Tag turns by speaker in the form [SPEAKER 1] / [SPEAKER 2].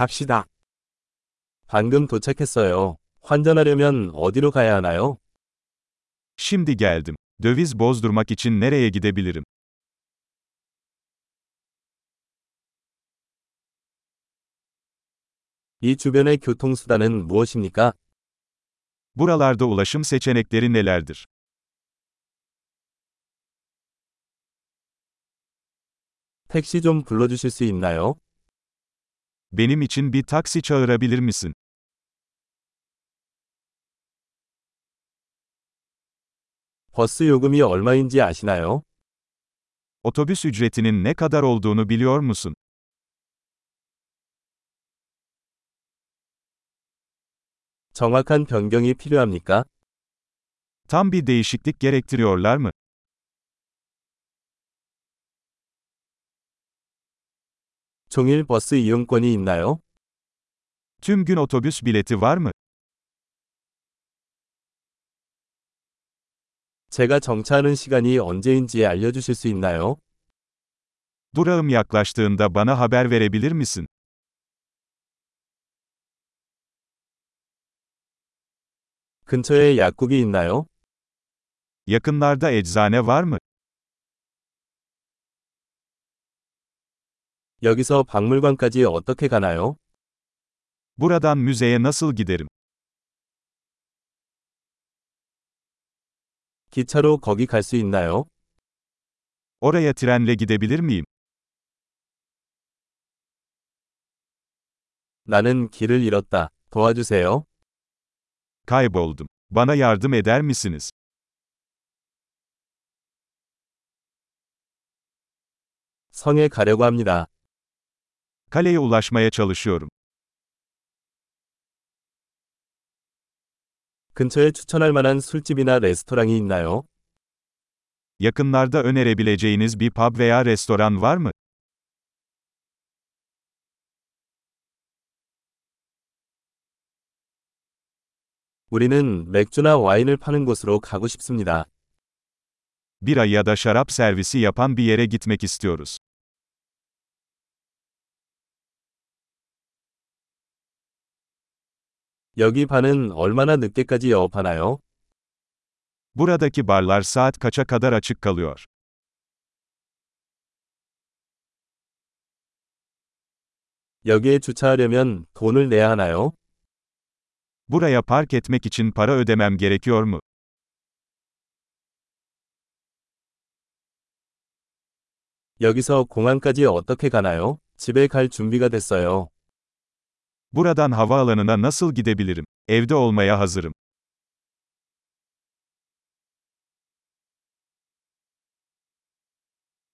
[SPEAKER 1] 갑시다.
[SPEAKER 2] 방금 도착했어요. 환전하려면 어디로 가야 하나요?
[SPEAKER 3] Şimdi geldim. Döviz bozdurmak için nereye gidebilirim?
[SPEAKER 2] 이 주변의 교통수단은 무엇입니까?
[SPEAKER 3] Buralarda ulaşım seçenekleri nelerdir?
[SPEAKER 2] 택시 좀 불러주실 수 있나요?
[SPEAKER 3] Benim için bir taksi çağırabilir misin?
[SPEAKER 2] 버스 요금이 얼마인지 아시나요?
[SPEAKER 3] Otobüs ücretinin ne kadar olduğunu biliyor musun?
[SPEAKER 2] 정확한 변경이 필요합니까?
[SPEAKER 3] Tam bir değişiklik gerektiriyorlar mı?
[SPEAKER 2] 종일 버스 이용권이 있나요?
[SPEAKER 3] Tüm gün otobüs bileti var mı?
[SPEAKER 2] 제가 정차하는 시간이 언제인지 알려주실 수 있나요?
[SPEAKER 3] Durağım yaklaştığında bana haber verebilir misin?
[SPEAKER 2] 근처에 약국이 있나요?
[SPEAKER 3] Yakınlarda eczane var mı?
[SPEAKER 2] 여기서 박물관까지 어떻게 가나요?
[SPEAKER 3] Buradan müzeye nasıl giderim?
[SPEAKER 2] 기차로 거기 갈 수 있나요?
[SPEAKER 3] Oraya trenle gidebilir miyim?
[SPEAKER 2] 나는 길을 잃었다. 도와주세요.
[SPEAKER 3] Kayboldum. Bana yardım eder misiniz?
[SPEAKER 2] 성에 가려고 합니다.
[SPEAKER 3] Kaleye ulaşmaya çalışıyorum.
[SPEAKER 2] 근처에 추천할 만한 술집이나 레스토랑이 있나요?
[SPEAKER 3] Yakınlarda önerebileceğiniz bir pub veya restoran var mı?
[SPEAKER 2] 우리는 맥주나 와인을 파는 곳으로 가고 싶습니다.
[SPEAKER 3] Bira ya da şarap servisi yapan bir yere gitmek istiyoruz.
[SPEAKER 2] 여기 반은 얼마나 늦게까지 영업하나요?
[SPEAKER 3] Buradaki barlar saat kaça kadar açık kalıyor?
[SPEAKER 2] 여기에 주차하려면 돈을 내야 하나요?
[SPEAKER 3] Buraya park etmek için para ödemem gerekiyor mu?
[SPEAKER 2] 여기서 공항까지 어떻게 가나요? 집에 갈 준비가 됐어요.
[SPEAKER 3] Buradan havaalanına nasıl gidebilirim? Evde olmaya hazırım.